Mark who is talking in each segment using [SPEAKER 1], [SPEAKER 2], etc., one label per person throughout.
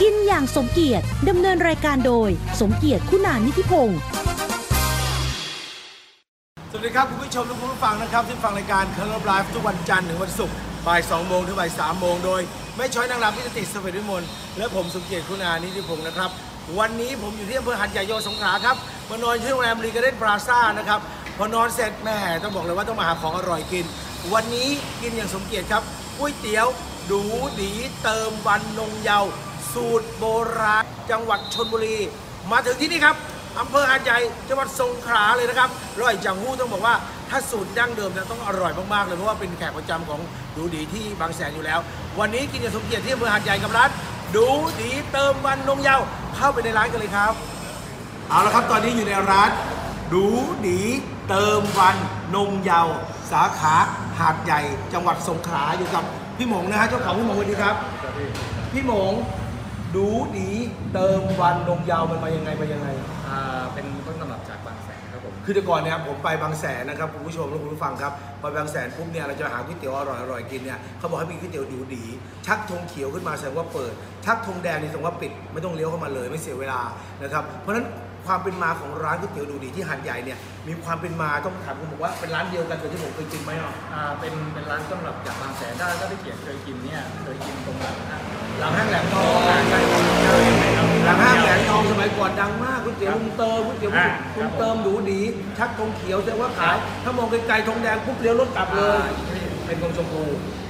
[SPEAKER 1] กินอย่างสมเกียรติดำเนินรายการโดย สมเกียรติคุณานิธิพงศ์
[SPEAKER 2] สวัสดีครับ คุณผู้ชมและคุณผู้ฟังนะครับที่ฟังรายการคาร์ลไลฟ์ทุกวันจันทร์ถึงวันศุกร์บ่าย2โมงถึงบ่าย3โมงโดย ไม่ช้อยนางรำพิติสเวทวิมลและผมสมเกียรติคุณานิติพงศ์นะครับ วันนี้ผมอยู่ที่อำเภอหัดใหญ่โยสงขลาครับมานอนที่โรงแรมรีการ์เด้นพลาซ่านะครับพอนอนเสร็จแหม่ต้องบอกเลยว่าต้องมาหาของอร่อยกิน วันนี้กินอย่างสมเกียรติครับก๋วยเตี๋ยวดูดีเติมวันนงเยาว์สูตรโบราณจังหวัดชนบุรี มาถึงที่นี่ครับ อำเภอหาดใหญ่จังหวัดสงขลาเลยนะครับอร่อยจังหู้ต้องบอกว่าถ้าสูตรดั้งเดิมเนี่ยต้องอร่อยมากๆเลยเพราะว่าเป็นแขกประจำของดูดีที่บางแสนอยู่แล้ว วันนี้กินอย่างสมเกียรติที่อำเภอหาดใหญ่กับร้านดูดีเติมวันนงเยาวเข้าไปในร้านกันเลยครับ เอาละครับตอนนี้อยู่ในร้าน ดูดีเติมวันนงเยาวสาขาหาดใหญ่ จังหวัดสงขลาอยู่กับพี่หมงนะฮะเจ้าของพี่หมงสวัสดีครับ พี่หมงดูดีเติมวันนงเยาวมันมายังไงไปยังไง
[SPEAKER 3] อ่าเป็นต้นตำรับจากบางแสนครับผม
[SPEAKER 2] คือแต่ก่อนเนี่ยผมไปบางแสนนะครับคุณผู้ชมและคุณผู้ฟังครับไปบางแสนปุ๊บเนี่ยเราจะหาก๋วยเตี๋ยวอร่อยอร่อยกินเนี่ยเขาบอกให้มีก๋วยเตี๋ยวดูดี ชักธงเขียวขึ้นมาแสดงว่าเปิด ชักธงแดงนี่แสดงว่าปิดไม่ต้องเลี้ยวเข้ามาเลยไม่เสียเวลานะครับเพราะฉะนั้นความเป็นมาของร้านก๋วยเตี๋ยวดูดีที่หันใหญ่เนี่ยมีความเป็นมาต้องถามคุณบอกว่าเป็นร้านเดียวกันกับที่ผมเคยกินไหมอ่ะ
[SPEAKER 3] อ่า เป็น เป็นร้านต้นตำรับจากบางแสนถ้าถ้าที่เขียนเคยกินเนี่ย เคยกินตรงหลังห้าง
[SPEAKER 2] หลังห้างแหลมทองหลังห้างแหลมทองสมัยก่อนดังมากก๋วยเตี๋ยวลุงเติมก๋วยเตี๋ยวลุงเติมดูดี ชักธงเขียวแสดงว่าขายถ้ามองไกลๆธงแดงปุ๊บเลี้ยวรถกลับเล
[SPEAKER 3] อ่าย เป็นตรงชมพู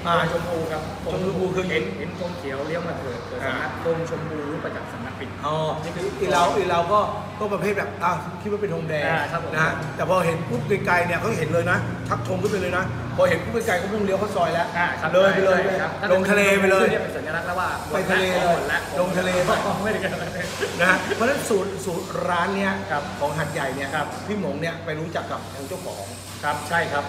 [SPEAKER 2] อ่า
[SPEAKER 3] ชมพูครับ
[SPEAKER 2] ชมพูคือ
[SPEAKER 3] เห็นเห็นตรงเขียวเลี้ยวมาเถิดเกิด
[SPEAKER 2] อ่า
[SPEAKER 3] สำนักตรงชมพูรู้ประจักษ์สำนักปิด
[SPEAKER 2] อ๋อนี่คืออีเราอีเราก็ก็ประเภทแบบอ่ะคิดว่าเป็นธงแดง
[SPEAKER 3] อ่าครับผม
[SPEAKER 2] นะฮะแต่พอเห็นปุ๊บไกลๆเนี่ยเขาเห็นเลยนะชักธงขึ้นไปเลยนะ พอเห็นปุ๊บไกลๆก็มุ่งเลี้ยวเข้าซอยแล้ว
[SPEAKER 3] อ่าครับ
[SPEAKER 2] เลยไปเลย
[SPEAKER 3] ใช่ครับถ้า
[SPEAKER 2] ลงทะเลไปเลย
[SPEAKER 3] เรียกเป็นสัญลักษณ์แล้วว่า
[SPEAKER 2] ไปทะเลเลย
[SPEAKER 3] หมดแว
[SPEAKER 2] ลงทะเลไป
[SPEAKER 3] ไม่ได้กันแล้ว
[SPEAKER 2] นะฮะเพราะฉะนั้นสูตรสูตรร้านเนี่ย
[SPEAKER 3] ครับ
[SPEAKER 2] ของหัดใหญ่เนี่ย
[SPEAKER 3] ครับ
[SPEAKER 2] พี่หมงเนี่ยไปรู้จักกับทางเจ้าของ
[SPEAKER 3] ครับใช่ครับ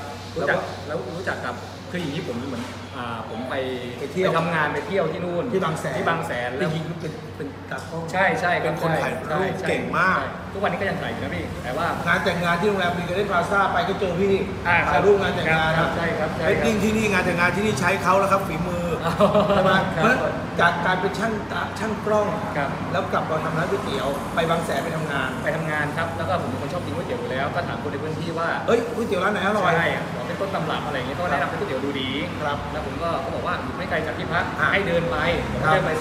[SPEAKER 2] แล้
[SPEAKER 3] รู้
[SPEAKER 2] วก็
[SPEAKER 3] จักแล้วรู้จักกับคืออย่างนี้ผมเหมือนอ่าผมไป
[SPEAKER 2] ไปเที่ยว
[SPEAKER 3] ทำงานไปเที่ยวที่นู่น
[SPEAKER 2] ที่บางแสน
[SPEAKER 3] ที่บางแสน
[SPEAKER 2] เป็
[SPEAKER 3] แล้ว
[SPEAKER 2] นเป็นเป็นตากล้อง
[SPEAKER 3] ใช่ใช่รับ
[SPEAKER 2] เป็นคนถ่ายรูป
[SPEAKER 3] ใช่ใช่
[SPEAKER 2] เก่งมาก
[SPEAKER 3] ใช่ทุกวันนี้ก็ยังถ่ายอยู่นะพี่แต่ว่า
[SPEAKER 2] งานแต่งงานที่โรงแรมบีเกเรนพลาซ่าไปก็เจอพี่
[SPEAKER 3] อ่าครับ
[SPEAKER 2] ถ่ายรูปงานแต่งงาน
[SPEAKER 3] ครับใช่ครับใช่ครับ
[SPEAKER 2] เฮ้ยยิ่งที่นี่งานแต่งงานที่นี่ใช้เขาแล้วครับฝีมือ
[SPEAKER 3] ครับ
[SPEAKER 2] ใช่ไหม
[SPEAKER 3] ครับ
[SPEAKER 2] เพราะจากการเป็นช่างตาช่างกล้อง
[SPEAKER 3] ครับ
[SPEAKER 2] แล้วกลับมาทำร้านก๋วยเตี๋ยว ไปบางแสนไปทำงาน
[SPEAKER 3] ไปทำงานครับแล้วก็ผมเป็นคนชอบกินก๋วยเตี๋ยวอยู่แล้วก็ถามคนในพื้นที่ว่า
[SPEAKER 2] เอ้ยก๋วยเตี๋ยวร้านไหนอร่อย
[SPEAKER 3] ใช่ขอเป็นต้นตำรับอะไรอย่างเงี้ยก็แนะนำเป็นก๋วยเตี๋ยวดูดี
[SPEAKER 2] ครับ
[SPEAKER 3] แล้วผมก็เขาบอกว่าอยู่ไม่ไกลจากที่พัก
[SPEAKER 2] อ่ะ
[SPEAKER 3] ให้เดินไปผม
[SPEAKER 2] ครับ
[SPEAKER 3] เดินไป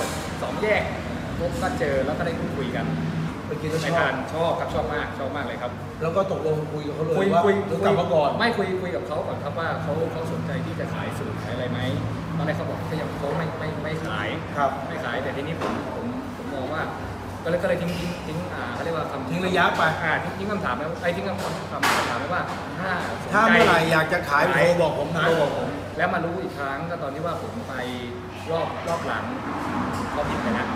[SPEAKER 3] สองแยกพบก็เจอแล้วก็ได้พูดคุยกัน
[SPEAKER 2] ไปกินแล้ว
[SPEAKER 3] ไป
[SPEAKER 2] ชอ
[SPEAKER 3] ทา
[SPEAKER 2] บ
[SPEAKER 3] นชอบครับชอบมากชอบมากเลยครับ
[SPEAKER 2] แล้วก็ตกลงคุยกับเขาเลยว่าเดี๋ยวกลับมาก่อน
[SPEAKER 3] ไม่คุยคุยกับเขาก่อนครับว่าเขาเขาสนใจที่จะขายสูตรขายอะไรไหมตอนแรกเขาบอกเขายังเขาไม่ไม่ไม่ขาย
[SPEAKER 2] ครับ
[SPEAKER 3] ไม่ขายแต่ทีนี้ผมผมผมมองว่าก็เลยก็เลยทิ้งทิ้งทิ้งอ่าเขาเรียกว่าคำ
[SPEAKER 2] ทิ้งระยะไป
[SPEAKER 3] อ่าทิ้งทิ้งคำถามไว้ไอ้ทิ้งคำถามคำถามไว้ว่าถ้าสนใจ
[SPEAKER 2] ถ้าเมื่อไหร่อยากจะขายโทรบอกผมนะ
[SPEAKER 3] โทรบอกผมแล้วมารู้อีกครั้งก็ตอนที่ว่าผมไปรอบรอบหลังเขาผิดไปนะ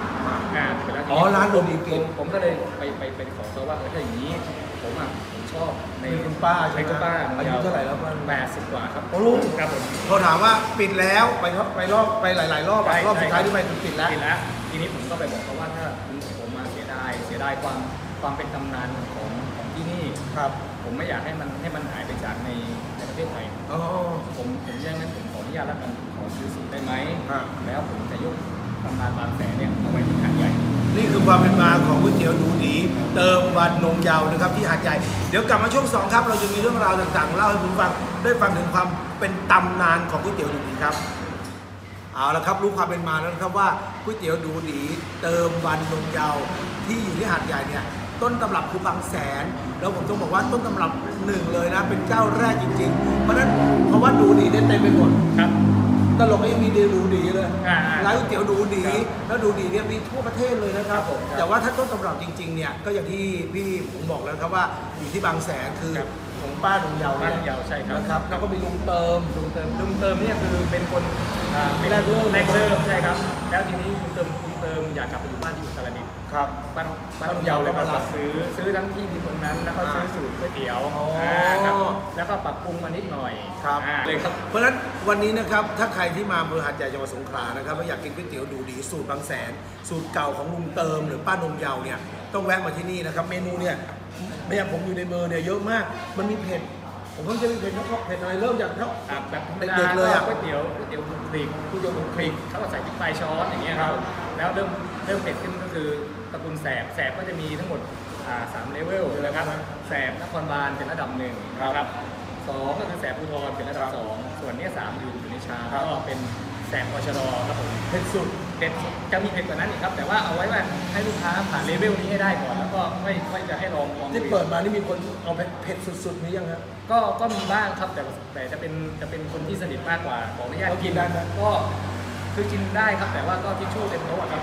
[SPEAKER 3] อ่าผิดไปแล้ว
[SPEAKER 2] อ๋อร้านโดนดี
[SPEAKER 3] ผ
[SPEAKER 2] กิน
[SPEAKER 3] มผมก็เลยไปไปไปขอเขาว่าเออถ้าอย่างนี้ผมอ่ะผมชอบใน
[SPEAKER 2] มีคุณป้าใช่ไหม
[SPEAKER 3] ในคุณป้า
[SPEAKER 2] อายุเท่าไหร่แล้วป้า
[SPEAKER 3] แปดสิบกว่าครับ
[SPEAKER 2] โอ้ลูก
[SPEAKER 3] ครับผม
[SPEAKER 2] เขาถามว่าปิดแล้วไปครับไปรอบไปหลาย ๆ รอบอะรอบสุดท้ายที่ไปคือปิดแล้ว
[SPEAKER 3] ปิดแล้วทีนี้ผมก็ไปบอกเขาว่าถ้าผมมาเสียดายเสียดายความความเป็นตำนานของของที่นี่
[SPEAKER 2] ครับ
[SPEAKER 3] ผมไม่อยากให้มันให้มันหายไปจากในในประเทศไทย
[SPEAKER 2] อ๋อ
[SPEAKER 3] ผมผมยังนั้นผมขออนุญาตแล้วกันขอซื้อสูตรได้ไหม
[SPEAKER 2] อ่า
[SPEAKER 3] แล้วผมจะยกตำนานบางแสนเนี่ยเอาไว้ที่ขนาดใหญ่
[SPEAKER 2] นี่คือความเป็นมาของก๋วยเตี๋ยวหนูหนีเติมวันนงเยาวนะครับที่หาดใหญ่ เดี๋ยวกลับมาช่วงสองครับ เราจะมีเรื่องราวต่างๆเล่าให้คุณฟังได้ฟังถึงความเป็นตำนานของก๋วยเตี๋ยวหนูหนีครับ เอาละครับรู้ความเป็นมาแล้วนะครับว่าก๋วยเตี๋ยวดูดีเติมวันนมเยาวที่อยู่ที่หาดใหญ่เนี่ยต้นตำรับคือบางแสน แล้วผมต้องบอกว่าต้นตำรับหนึ่งเลยนะ เป็นเจ้าแรกจริงๆ เพราะฉะนั้นเพราะว่าดูดีเนี่ยเต็มไปหมด
[SPEAKER 3] ครับ
[SPEAKER 2] ตลกก็ยังมีเดรูดีเลย
[SPEAKER 3] อ่า
[SPEAKER 2] ร้านก๋วยเตี๋ยวดูดี
[SPEAKER 3] ครับ
[SPEAKER 2] แล้วดูดีเนี่ยมีทั่วประเทศเลยนะครับ
[SPEAKER 3] ครับผมครับ
[SPEAKER 2] แต่ว่าถ้าต้นตำรับจริงๆเนี่ยก็อย่างที่พี่ผมบอกแล้วครับว่าอยู่ที่บางแสนคือ
[SPEAKER 3] ครับ
[SPEAKER 2] ของป้าลุงเยาว
[SPEAKER 3] ป้าลุงเยาว์ใช่ครับ
[SPEAKER 2] นะครับแล้วก็มีลุงเติม
[SPEAKER 3] ลุงเติมลุงเติมเนี่ยคือเป็นคนอ่าป็น
[SPEAKER 2] แรกเริ่ม
[SPEAKER 3] แรกเริ่มใช่ครับ แล้วทีนี้ลุงเติมลุงเติมอยากกลับไปอยู่บ้านที่อุตรดิตถ์
[SPEAKER 2] ครับ
[SPEAKER 3] บ้านบ้านลำเยาเลยมารับซื้อซื้อทั้งที่ดินตรงนั้นแล้วก็ซื้อสูตรก๋วยเตี๋ยว
[SPEAKER 2] อ๋ออ่
[SPEAKER 3] าครับแล้วก็ปรับปรุงมานิดหน่อย
[SPEAKER 2] ครับ
[SPEAKER 3] อ่าเลยครับ
[SPEAKER 2] เพราะฉะนั้นวันนี้นะครับถ้าใครที่มาอำเภอหาดใหญ่จังหวัดสงขลานะครับแล้วอยากกินก๋วยเตี๋ยวดูดีสูตรบางแสน สูตรเก่าของลุงเติมหรือป้านมเยาเนี่ยต้องแวะมาที่นี่นะครับเมนูเนี่ยเนี่ยผมอยู่ในมือเนี่ยเยอะมาก มันมีเผ็ด
[SPEAKER 4] ผมเพิ่งจะเห็นเขาเพาะเผ็ดอะไรเริ่มจากเขา
[SPEAKER 3] ครับแบบธรรมดา
[SPEAKER 2] เด็กๆเลยอะ
[SPEAKER 3] ก๋วยเตี๋ยวก๋วยเตี๋ยวคลุกคลิกก๋วยเตี๋ยวคลุกคลิกเขาก็ใส่พริกปลายช้อนอย่างเงี้ยครับแล้วเริ่มเริ่มเผ็ดขึ้นก็คือตระกูลแสบแสบก็จะมีทั้งหมดอ่าสามเลเวลนะครับแสบนครบาลเป็นระดับหนึ่งนะครับสองก็คือแสบภูธรเป็นระดับสองส่วนเนี้ยสามอยู่อยู่ในชาก็เป็นแสบพชรครับผม
[SPEAKER 4] เผ็ดสุด
[SPEAKER 3] เผ็ดจะมีเผ็ดกว่านั้นอีกครับแต่ว่าเอาไว้ว่าให้ลูกค้าผ่านเลเวลนี้ให้ได้ก่อนแล้วก็ค่อยค่อยจะให้ลองลอง
[SPEAKER 4] ที่เปิดมานี่มีคนเอาเผ็ดเผ็ดสุดๆนี้ยังฮะ
[SPEAKER 3] ก็ก็มีบ้างครับแต่แต่จะเป็นจะเป็นคนที่สนิทมากกว่าขออนุญาต
[SPEAKER 4] เรากินได้ไหม
[SPEAKER 3] ก็คือกินได้ครับแต่ว่าก็ทิชชู่เต็มโต๊ะครับ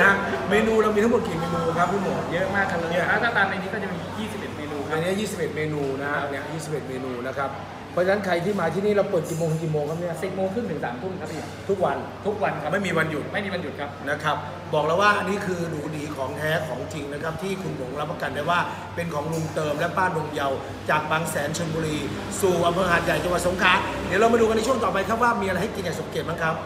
[SPEAKER 4] นะเมนูเรามีทั้งหมดกี่เมนูครับพี่หมอ
[SPEAKER 3] เยอะมากครับเลย
[SPEAKER 4] เนี่ย
[SPEAKER 3] ถ้าตามในนี้ก็จะมี 21 เมนูค
[SPEAKER 4] อั
[SPEAKER 3] รับ
[SPEAKER 4] นนี้21 เมนูนะเนี่ย21 เมนูนะครับ เพราะฉะนั้นใครที่มาที่นี่เราเปิดกี่โมงถึงกี่โมงครับเนี่ย
[SPEAKER 3] 10โมงครึ่งถึง3ทุ่มครับพี่
[SPEAKER 4] ทุกวัน
[SPEAKER 3] ทุกวันครับ
[SPEAKER 2] ไม่มีวันหยุด
[SPEAKER 3] ไม่มีวันหยุดครับ
[SPEAKER 2] นะครับบอกแล้วว่าอันนี้คือหนูดีของแท้ของจริงนะครับ ที่คุณหงรับประกันได้ว่าเป็นของลุงเติมและป้าดงเยาจากบางแสนชลบุรี สู่อำเภอหาดใหญ่จังหวัดสงขลาเดี๋ยวเรามาดูกันในช่วงต่อไปครับว่ามีอะไรให้กินอย่างสมเกียรติบ้างครับ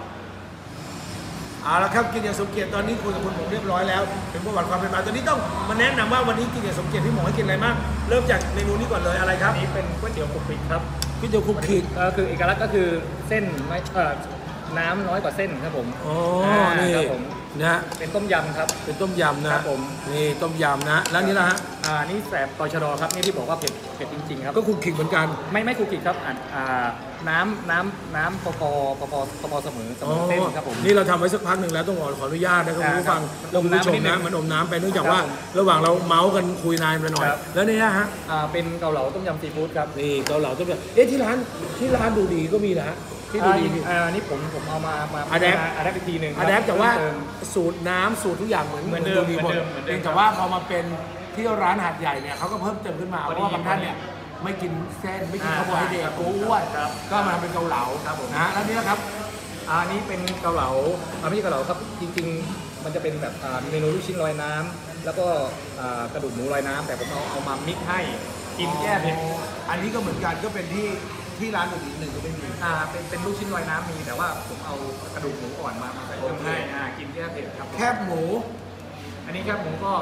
[SPEAKER 2] เอาละครับกินอย่างสมเกียรติตอนนี้คุยกับคุณหงเรียบร้อยแล้วถึงประวัติความเป็นมาตอนนี้ต้องมาแนะนำว่าวันนี้กินอย่างสมเกียรติพี่หมงให้กินอะไรบ้างเริ่มจากเมนูนี้ก่อนเลยอะไรครับ
[SPEAKER 3] อันนี้เป็นก๋วยเตี๋ยวกรุบกริบครับ
[SPEAKER 2] ก๋วยเตี๋ยวคลุกคลิก
[SPEAKER 3] ก็คือเอกลักษณ์ก็คือเส้นไม่เอ่อน้ำน้อยกว่าเส้นครับผม
[SPEAKER 2] โอ้
[SPEAKER 3] า
[SPEAKER 2] นี่
[SPEAKER 3] ครับผม
[SPEAKER 2] นะฮะ
[SPEAKER 3] เป็นต้มยำครับ
[SPEAKER 2] เป็นต้มยำนะครับ
[SPEAKER 3] ผม
[SPEAKER 2] นี่ต้มยำนะแล้วนี่นะฮะ
[SPEAKER 3] อ่านี่แสบปชรครับนี่ที่บอกว่าเผ็ดเผ็ดจริงๆครับ
[SPEAKER 2] ก็คลุกคลิกเหมือนกัน
[SPEAKER 3] ไม่ไม่ครูกิจครับอ่านอ่าน้ำน้ำน้ำปอปอปอปอปอปอเสมอเสมอเส้นครับผม
[SPEAKER 2] นี่เราทำไว้สักพักหนึ่งแล้วต้องขอขออนุญาตนะครับ
[SPEAKER 3] อ่า
[SPEAKER 2] คุณผู้ฟัง
[SPEAKER 3] ครับ
[SPEAKER 2] เราคุณผู้ชม
[SPEAKER 3] อมน้ำนิดนึ
[SPEAKER 2] นะ
[SPEAKER 3] ง
[SPEAKER 2] มันอมน้ำไปเนื่องจาก
[SPEAKER 3] ครับ
[SPEAKER 2] ว่า ระหว่างเราเมาส์กันคุยนานไปหน่อย
[SPEAKER 3] ครับ
[SPEAKER 2] แล้วนี่นะฮะ
[SPEAKER 3] อ่าเป็นเกาเหลาต้มยำซีฟู้ดครับ
[SPEAKER 2] นี่เกาเหลาต้มยำเอ๊ะที่ร้านที่ร้านดูดีก็มีนะฮะที่ดู
[SPEAKER 3] อ่า
[SPEAKER 2] ดี
[SPEAKER 3] อีก
[SPEAKER 2] นี่
[SPEAKER 3] อ่านี่ผมผมเอามามา
[SPEAKER 2] Adapt
[SPEAKER 3] มา Adapt อีกทีหนึ่งค
[SPEAKER 2] อะ
[SPEAKER 3] รับ
[SPEAKER 2] แดปแต่ว่า
[SPEAKER 3] เพิ่ม
[SPEAKER 2] สูตรน้ำสูตรทุกอย่างเหมือน
[SPEAKER 3] เหมือนเดิม
[SPEAKER 2] ดีหมด
[SPEAKER 3] เหมือนเดิมเหมือนเดิม
[SPEAKER 2] เพียงแต่ว่าพอมาเป็นที่ร้านหาดใหญ่เนี่ยเขาก็เพิ่มเติมขึ้นมาเพ
[SPEAKER 3] พอดี
[SPEAKER 2] ราะว่าบางท่านเนี่ยไม่กินเส้นไม่กินคา
[SPEAKER 3] อ่า
[SPEAKER 2] ร์โบไฮเดรตกลัวอ้วน
[SPEAKER 3] ครับ
[SPEAKER 2] ก็มาทำเป็นเกาเหลา
[SPEAKER 3] ครับผม
[SPEAKER 2] นะฮะแล้วนี่นะครับ
[SPEAKER 3] เอ่านี่เป็นเกาเหลาอ่าไม่ใช่เกาเหลาครับจริง ๆ มันจะเป็นแบบอ่าเมนูลูกชิ้นลอยน้ำแล้วก็อ่ากระดูกหมูลอยน้ำแต่ผมเอาเอามามิกให้กินแก้เผ็ด
[SPEAKER 2] อันนี้ก็เหมือนกันก็เป็นที่ที่ร้านอื่นๆหนึ่งก็ไม่มี
[SPEAKER 3] อ่าเป็นเป็นลูกชิ้นลอยน้ำมีแต่ว่าผมเอากระดูกหมูอ่อนมามาใส่เพิ่มให้อ่ากินแก้เผ็ดครับผม
[SPEAKER 2] แคบหมู
[SPEAKER 3] อันนี้ครับผมก็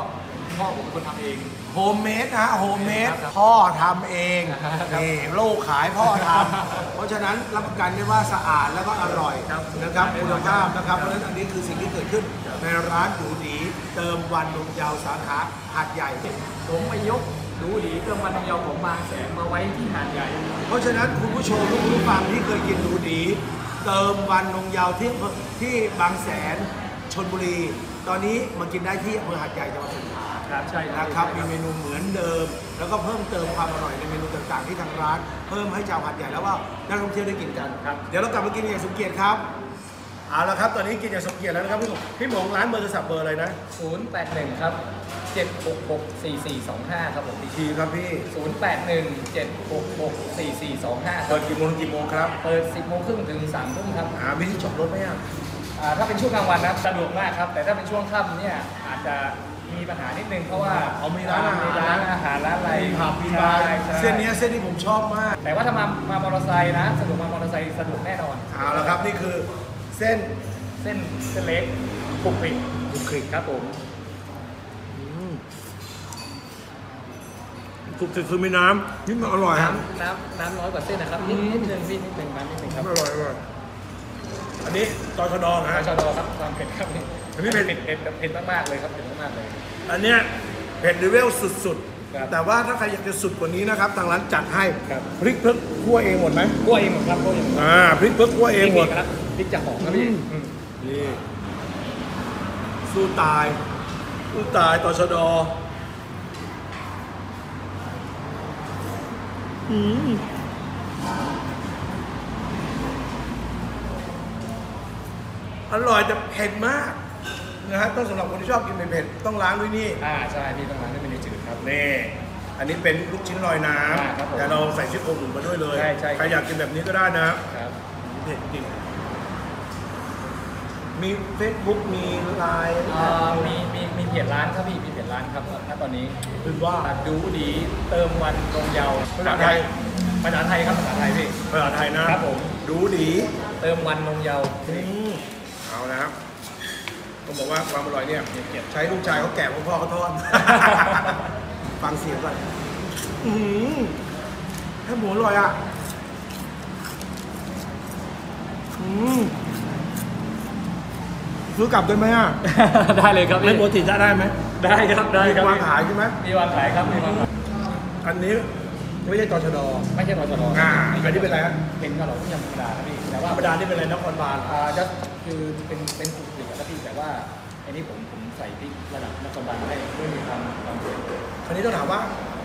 [SPEAKER 3] พ่อผมเป็นคนทำเอง
[SPEAKER 2] โฮมเมดนะฮะโฮมเมด
[SPEAKER 3] ครับ
[SPEAKER 2] พ่อทำเอง
[SPEAKER 3] ครับ
[SPEAKER 2] นี่โลกขายพ่อทำเพราะฉะนั้นรับประกันได้ว่าสะอาดแล้วก็อร่อย
[SPEAKER 3] ครับ
[SPEAKER 2] นะครับ
[SPEAKER 3] ครับ
[SPEAKER 2] คุณภาพนะครับเพ
[SPEAKER 3] ครับ
[SPEAKER 2] ราะฉะนั้นอันนี้คือสิ่งที่เกิดขึ้น
[SPEAKER 3] ครับ
[SPEAKER 2] ในร้านดูดีเติมวันลมยาวสาขาหาดใหญ่
[SPEAKER 3] ผมไปยกดูดีเครื่องมันยาวของบางแสนมาไว้ที่หาดใหญ่
[SPEAKER 2] เพราะฉะนั้นคุณผู้ชมทุกผู้ฟังที่เคยกินดูดี เติมวันนงยาวที่อำเภอที่บางแสนชนบุรี ตอนนี้มากินได้ที่อำเภอหาดใหญ่จังหวัดสงขลา
[SPEAKER 3] ครับใช่
[SPEAKER 2] นะครับ มีเมนูเหมือนเดิม แล้วก็เพิ่มเติมความอร่อยในเมนูต่างๆที่ทางร้าน เพิ่มให้ชาวหาดใหญ่แล้วว่านักท่องเที่ยวได้กินกัน เดี๋ยวเรากลับมากินอย่างสมเกียรติครับ เอาละครับ ตอนนี้กินอย่างสมเกียรติแล้วนะครับพี่หมงพี่หมงร้านเบอร์โทรศัพท์เบอร์อะไรนะ
[SPEAKER 3] ศูนย์แปดหนึ่งครับเจ็ดหกหกสี่สี่สองห้าครับผม
[SPEAKER 2] ทีครับพี่
[SPEAKER 3] ศูนย์แปดหนึ่งเจ็ดหกหกสี่สี่สองห้าครั
[SPEAKER 2] เปิ
[SPEAKER 3] บ
[SPEAKER 2] ดกี่โมงถึงกี่โมงครับ
[SPEAKER 3] เปิดสิบโมงครึ่งถึงสามทุ่มครับ
[SPEAKER 2] หาวิธีจอดรถไหมอ่ะ
[SPEAKER 3] อ่าถ้าเป็นช่วงกลางวันนะสะดวกมากครับ แต่ถ้าเป็นช่วงค่ำเนี่ยอาจจะมีปัญหานิดนึงเพราะว่า
[SPEAKER 2] เอามีร้านอาหาร
[SPEAKER 3] มีร้านอาหารร้านอะไร
[SPEAKER 2] มีผับมีบาร์
[SPEAKER 3] ใช่ใช่
[SPEAKER 2] เส้นเนี้ยเส้นที่ผมชอบมาก
[SPEAKER 3] แต่ว่าถ้ามามามอเตอร์ไซค์นะสะดวกมามอเตอร์ไซค์สะดวกแน่นอน
[SPEAKER 2] เอาละครับ นี่คือเส้น
[SPEAKER 3] เส้นเส้นเล็กปลุกปิด
[SPEAKER 2] บุคลิก
[SPEAKER 3] ครับผม
[SPEAKER 2] บุคลิกคือมีน้ำนิดหน่อยอร่อยฮะ
[SPEAKER 3] น้ำน้ำน้ำน้อยกว่าเส้นนะครับนิดนิดนึงพี่นิดนึงน้ำนิดนึงครับ
[SPEAKER 2] อร่อยอร่อยอันนี้ตอนชะดองนะ
[SPEAKER 3] ป
[SPEAKER 2] ฮะ
[SPEAKER 3] ชดครับความเผ็ดครับ
[SPEAKER 2] อันนี้เผ็ด
[SPEAKER 3] เผ็ดเผ็ดเผ็ดมากๆเลยครับเผ็ดมากๆเลย
[SPEAKER 2] อันเนี้ยเผ็ดเลเวลสุด
[SPEAKER 3] ครับ
[SPEAKER 2] ๆ แต่ว่าถ้าใครอยากจะสุดกว่านี้นะครับ ทางร้านจัดให้
[SPEAKER 3] ครับ
[SPEAKER 2] พริกเพิ่งคั่วเองหมดไหม
[SPEAKER 3] กล้วยเองหมดครับกล้วยเองหมด
[SPEAKER 2] อ่าพริกเพิ่งคั่วเองหมด
[SPEAKER 3] ครับพริกจะหอมครับพี่
[SPEAKER 2] อืม
[SPEAKER 3] อืม
[SPEAKER 2] นี่สู้ตายสู้ตายต่อชะดออร่อยแต่เผ็ดมากนะฮะต้องสำหรับคนที่ชอบกินเผ็ดๆต้องล้างด้วยนี่
[SPEAKER 3] อ่าใช่พี่ต้องร้านด้วยเมนูจืดครับ
[SPEAKER 2] นี่อันนี้เป็นลูกชิ้นลอยน้
[SPEAKER 3] อ่าครับผ
[SPEAKER 2] ำ
[SPEAKER 3] ม
[SPEAKER 2] แต่เราใส่ชิ้นโครงหมูมาด้วยเลย
[SPEAKER 3] ใช่ใช่ครับ
[SPEAKER 2] รอยากกินแบบนี้ก็ได้นะครับ เผ็ดจริงมีเฟซบุ๊กมีไลน์
[SPEAKER 3] เอ่อมีมีมีเพจร้านครับพี่มีเพจร้านครับณตอนนี้
[SPEAKER 2] คือว่า
[SPEAKER 3] ดูดีเติมวันลงเยาว
[SPEAKER 2] ภาษาไทย
[SPEAKER 3] ภาษาไทยครับภาษาไทยพี่
[SPEAKER 2] ภาษาไทยนะครับ
[SPEAKER 3] ผม
[SPEAKER 2] ดูดี
[SPEAKER 3] เติมวันลงเยาว
[SPEAKER 2] เอานะครับต้องบอกว่าความอร่อยเนี่ย
[SPEAKER 3] เก็บ
[SPEAKER 2] ใช้ลูกชายเขาแกะ ของพ่อเขาทอด ฟังเสียงก่อนอื้อหือ ให้หมูอร่อยอ่ะ อืมซื้อกลับได้ไหมอ่ะ
[SPEAKER 3] ได้เลยครับ
[SPEAKER 2] ไม่
[SPEAKER 3] พี่
[SPEAKER 2] ปกติจะได้ ไหม
[SPEAKER 3] ได้ครับได้ครับ
[SPEAKER 2] มีวางขายใช่ไหม
[SPEAKER 3] มีวางขายครับมีวางขาย
[SPEAKER 2] อันนี้ไม่ใช่ตอชดอ
[SPEAKER 3] ไม่ใช่รอจร
[SPEAKER 2] อ่าอันนี้เป็นอะไรฮะ
[SPEAKER 3] เป็นก็เราต้มยำธรรมดาครับพี่แต่
[SPEAKER 2] ธ
[SPEAKER 3] ว่า
[SPEAKER 2] รรมดานี่เป็นอะไรนครบาลเหรอ
[SPEAKER 3] อ่าจะคือเป็นเป็นสูตรเด็ดครับพี่แต่ว่าอันนี้ผมผมใส่พริกระดับนครบาลให้เพื่อมีความความเผ็ด
[SPEAKER 2] คราวนี้ต้องถามว่า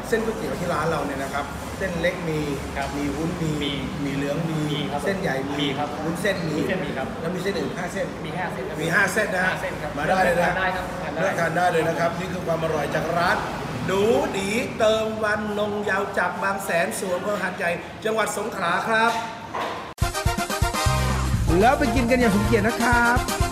[SPEAKER 2] เส้นก๋วยเตี๋ยวที่ร้านเราเนี่ยนะครับ เส้นเล็กมี
[SPEAKER 3] ครับ
[SPEAKER 2] มีวุ้นมี
[SPEAKER 3] มี
[SPEAKER 2] มีเหลืองมี
[SPEAKER 3] มีครับ
[SPEAKER 2] เส้นใหญ่
[SPEAKER 3] มีครับ
[SPEAKER 2] วุ้นเส้นมี
[SPEAKER 3] วุ้นเส้นมีครับ
[SPEAKER 2] แล้วมีเส้นอื่นห้าเส้น
[SPEAKER 3] มีห้าเส้นครับ
[SPEAKER 2] มีห้าเส้นนะฮะ
[SPEAKER 3] ห้าเส้นครับ
[SPEAKER 2] มาได้เลยนะ
[SPEAKER 3] ได้ครับทานได้
[SPEAKER 2] เลือกทานได้เลยนะครับ นี่คือความอร่อยจากร้าน หนูดีเติมวันนงยาวจากบางแสนสวนเมืองหัดใหญ่จังหวัดสงขลาครับ
[SPEAKER 4] แล้วไปกินกันอย่างสมเกียรตินะครับ